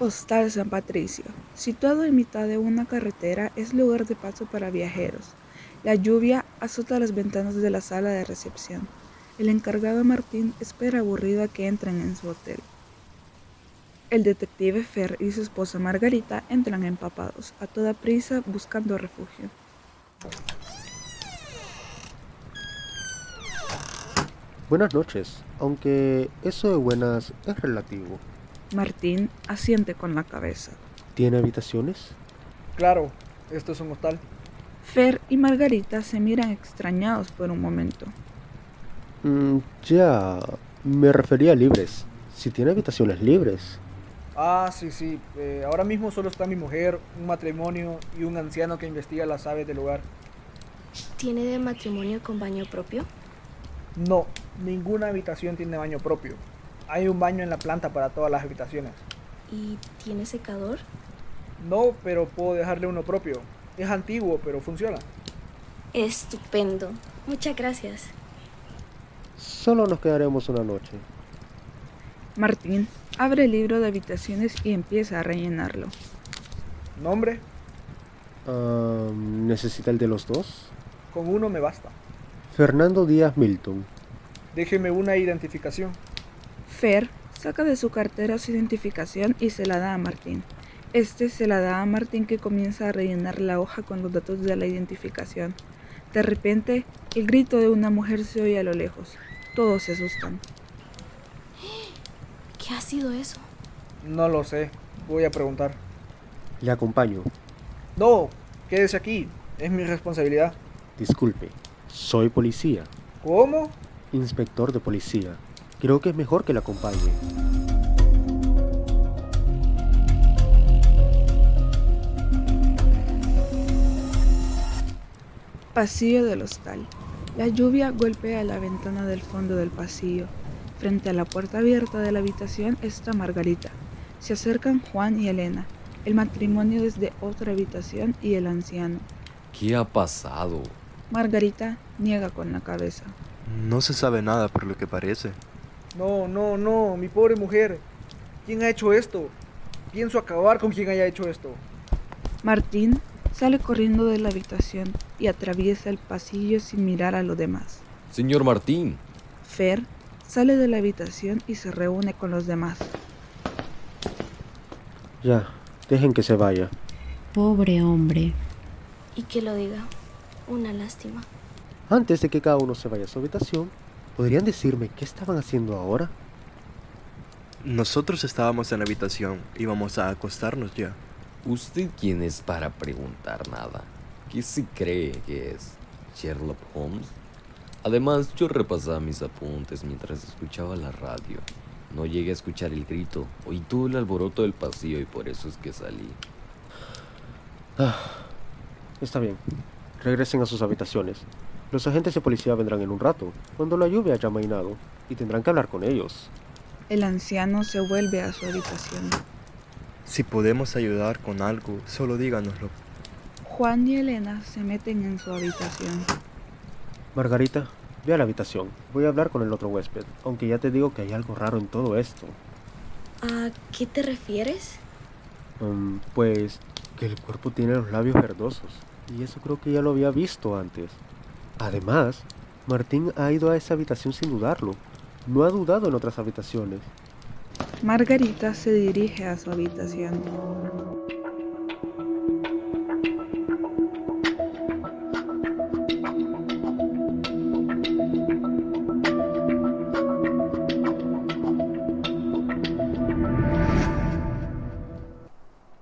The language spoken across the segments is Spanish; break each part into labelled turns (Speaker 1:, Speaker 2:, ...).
Speaker 1: Hostal San Patricio, situado en mitad de una carretera, es lugar de paso para viajeros. La lluvia azota las ventanas de la sala de recepción. El encargado Martín espera aburrido a que entren en su hotel. El detective Fer y su esposa Margarita entran empapados, a toda prisa buscando refugio.
Speaker 2: Buenas noches, aunque eso de buenas es relativo.
Speaker 1: Martín asiente con la cabeza.
Speaker 2: ¿Tiene habitaciones?
Speaker 3: Claro, esto es un hostal.
Speaker 1: Fer y Margarita se miran extrañados por un momento.
Speaker 2: Mm, ya, me refería a libres. Si tiene habitaciones libres.
Speaker 3: Ah, sí, sí. eh, ahora mismo solo está mi mujer, un matrimonio y un anciano que investiga las aves del lugar.
Speaker 4: ¿Tiene de matrimonio con baño propio?
Speaker 3: No, ninguna habitación tiene baño propio. Hay un baño en la planta para todas las habitaciones.
Speaker 4: ¿Y tiene secador?
Speaker 3: No, pero puedo dejarle uno propio. Es antiguo, pero funciona.
Speaker 4: Estupendo. Muchas gracias.
Speaker 2: Solo nos quedaremos una noche.
Speaker 1: Martín abre el libro de habitaciones y empieza a rellenarlo.
Speaker 3: Nombre,
Speaker 2: Ah, ¿Necesita el de los dos?
Speaker 3: con uno me basta.
Speaker 2: Fernando Díaz Milton.
Speaker 3: Déjeme una identificación.
Speaker 1: Fer saca de su cartera su identificación y se la da a Martín. Este se la da a Martín que comienza a rellenar la hoja con los datos de la identificación. De repente, el grito de una mujer se oye a lo lejos. Todos se asustan.
Speaker 4: ¿Qué ha sido eso?
Speaker 3: No lo sé, voy a preguntar.
Speaker 2: Le acompaño.
Speaker 3: No, quédese aquí, es mi responsabilidad.
Speaker 2: Disculpe, soy policía,
Speaker 3: ¿Cómo?
Speaker 2: inspector de policía. Creo que es mejor que le acompañe.
Speaker 1: Pasillo del hostal. La lluvia golpea la ventana del fondo del pasillo. Frente a la puerta abierta de la habitación está Margarita. Se acercan Juan y Elena, el matrimonio desde otra habitación y el anciano.
Speaker 5: ¿Qué ha pasado?
Speaker 1: Margarita niega con la cabeza.
Speaker 6: No se sabe nada por lo que parece.
Speaker 3: No, no, no, mi pobre mujer. ¿Quién ha hecho esto? Pienso acabar con quien haya hecho esto.
Speaker 1: Martín sale corriendo de la habitación y atraviesa el pasillo sin mirar a los demás.
Speaker 5: Señor Martín,
Speaker 1: Fer sale de la habitación y se reúne con los demás.
Speaker 2: Ya, dejen que se vaya.
Speaker 7: Pobre hombre.
Speaker 4: Y que lo diga. Una lástima.
Speaker 2: Antes de que cada uno se vaya a su habitación, ¿podrían decirme qué estaban haciendo ahora?
Speaker 6: Nosotros estábamos en la habitación, íbamos a acostarnos ya.
Speaker 5: ¿usted quién es para preguntar nada? ¿Qué se cree que es? ¿Sherlock Holmes? Además, yo repasaba mis apuntes mientras escuchaba la radio. No llegué a escuchar el grito, oí todo el alboroto del pasillo y por eso es que salí.
Speaker 2: Está bien, regresen a sus habitaciones. Los agentes de policía vendrán en un rato, cuando la lluvia haya mainado, y tendrán que hablar con ellos.
Speaker 1: El anciano se vuelve a su habitación.
Speaker 6: Si podemos ayudar con algo, solo díganoslo.
Speaker 1: Juan y Elena se meten en su habitación.
Speaker 2: Margarita, ve a la habitación. Voy a hablar con el otro huésped, aunque ya te digo que hay algo raro en todo esto.
Speaker 4: ¿A qué te refieres?
Speaker 2: Mm, pues que el cuerpo tiene los labios verdosos, y eso creo que ya lo había visto antes. Además, Martín ha ido a esa habitación sin dudarlo. No ha dudado en otras habitaciones.
Speaker 1: Margarita se dirige a su habitación.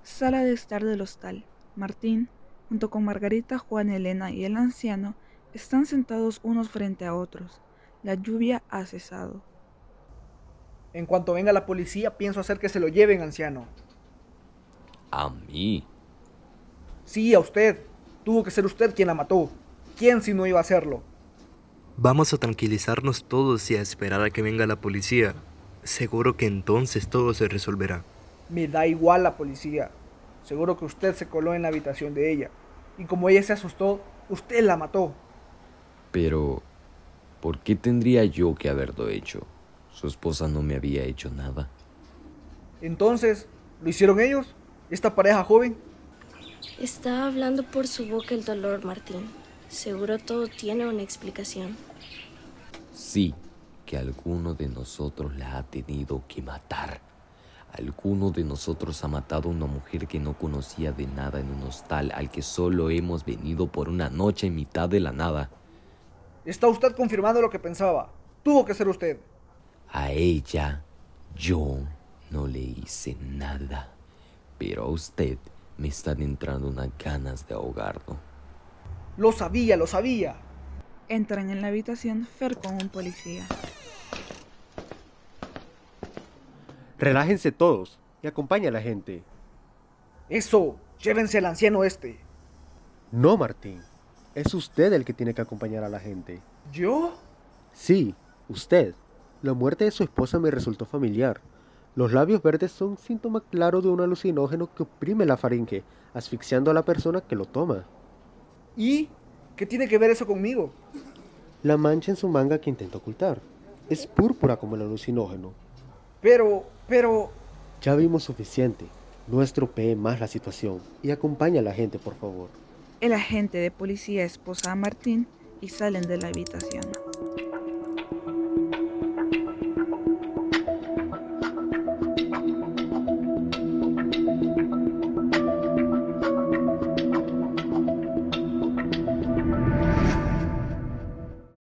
Speaker 1: Sala de estar del hostal. Martín, junto con Margarita, Juan, Elena y el anciano, están sentados unos frente a otros. La lluvia ha cesado.
Speaker 3: En cuanto venga la policía, pienso hacer que se lo lleven, anciano.
Speaker 5: A mí.
Speaker 3: Sí, a usted. Tuvo que ser usted quien la mató. ¿Quién si no iba a hacerlo?
Speaker 6: Vamos a tranquilizarnos todos y a esperar a que venga la policía. Seguro que entonces todo se resolverá.
Speaker 3: Me da igual la policía. Seguro que usted se coló en la habitación de ella. Y como ella se asustó, usted la mató.
Speaker 5: Pero, ¿por qué tendría yo que haberlo hecho? Su esposa no me había hecho nada.
Speaker 3: Entonces, ¿Lo hicieron ellos? ¿Esta pareja joven?
Speaker 4: Está hablando por su boca el dolor, Martín. Seguro todo tiene una explicación.
Speaker 5: Sí, que alguno de nosotros la ha tenido que matar. Alguno de nosotros ha matado a una mujer que no conocía de nada en un hostal al que solo hemos venido por una noche en mitad de la nada.
Speaker 3: Está usted confirmando lo que pensaba. Tuvo que ser usted.
Speaker 5: A ella yo no le hice nada, pero a usted me están entrando unas ganas de ahogarlo.
Speaker 3: Lo sabía, lo sabía.
Speaker 1: Entran en la habitación Fer con un policía.
Speaker 2: Relájense todos y acompaña a la gente.
Speaker 3: Eso, llévense al anciano este.
Speaker 2: No, Martín. Es usted el que tiene que acompañar a la gente.
Speaker 3: ¿Yo?
Speaker 2: Sí, usted. La muerte de su esposa me resultó familiar. Los labios verdes son síntoma claro de un alucinógeno que oprime la faringe, asfixiando a la persona que lo toma.
Speaker 3: ¿Y qué tiene que ver eso conmigo?
Speaker 2: La mancha en su manga que intenta ocultar. Es púrpura como el alucinógeno.
Speaker 3: Pero, pero...
Speaker 2: Ya vimos suficiente. No estropee más la situación y acompaña a la gente, por favor.
Speaker 1: El agente de policía esposa a Martín y salen de la habitación.